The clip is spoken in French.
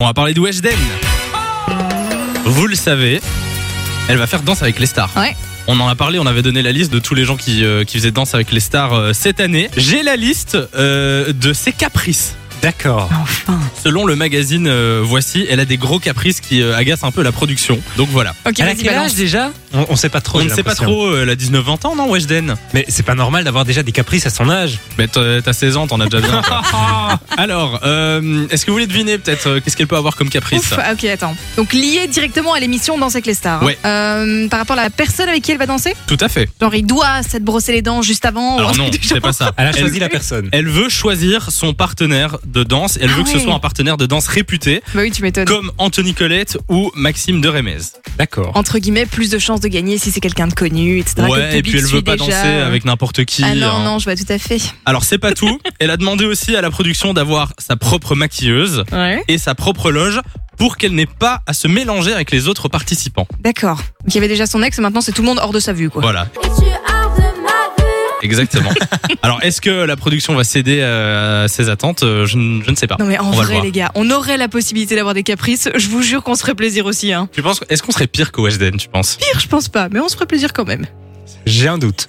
On va parler de Weshden. Vous le savez, elle va faire Danse avec les stars. Ouais. On en a parlé, on avait donné la liste de tous les gens qui, euh, qui faisaient Danse avec les stars euh, cette année. J'ai la liste euh, de ses caprices. D'accord. Enfin. Selon le magazine euh, Voici, elle a des gros caprices qui euh, agacent un peu la production. Donc voilà. Ok, Elle a vas-y, quel balance. âge déjà on, on sait pas trop. on ne Oh, j'ai sait pas l'impression. trop, euh, elle a 19-20 ans, non, Weshden Mais c'est pas normal d'avoir déjà des caprices à son âge. Mais euh, t'as t'as 16 ans, t'en as déjà bien. quoi. Alors, euh, est-ce que vous voulez deviner peut-être euh, qu'est-ce qu'elle peut avoir comme caprice Ouf, ah, ok, attends. Donc lié directement à l'émission Danse avec les stars. hein. Ouais. Euh, par rapport à la personne avec qui elle va danser Tout à fait. Genre il doit s'être brossé les dents juste avant ou un Alors non, truc du c'est genre. pas ça. Elle a Elle- choisi la personne. Elle veut choisir son partenaire de danse. Elle Ah veut que ce ouais. soit un partenaire de danse réputé, Bah oui, tu m'étonnes. comme Anthony Colette ou Maxime de Rémez. D'accord. Entre guillemets, plus de chances de gagner si c'est quelqu'un de connu, etc. que le Ouais, et public puis elle suit veut pas déjà. danser avec n'importe qui. Ah non, hein. non, je vois tout à fait. Alors c'est pas tout. Elle a demandé aussi à la production d'avoir sa propre maquilleuse Ouais. et sa propre loge pour qu'elle n'ait pas à se mélanger avec les autres participants. D'accord. Donc il y avait déjà son ex, maintenant c'est tout le monde hors de sa vue, quoi. Voilà. Exactement. Alors est-ce que la production va céder à ses attentes Euh, je, ne- je ne sais pas. Non mais en On va le vrai voir. les gars, on aurait la possibilité d'avoir des caprices, je vous jure qu'on se ferait plaisir aussi hein. Tu penses Est-ce qu'on serait pire que Weshden Tu penses Pire, je pense pas, mais on se ferait plaisir quand même. J'ai un doute.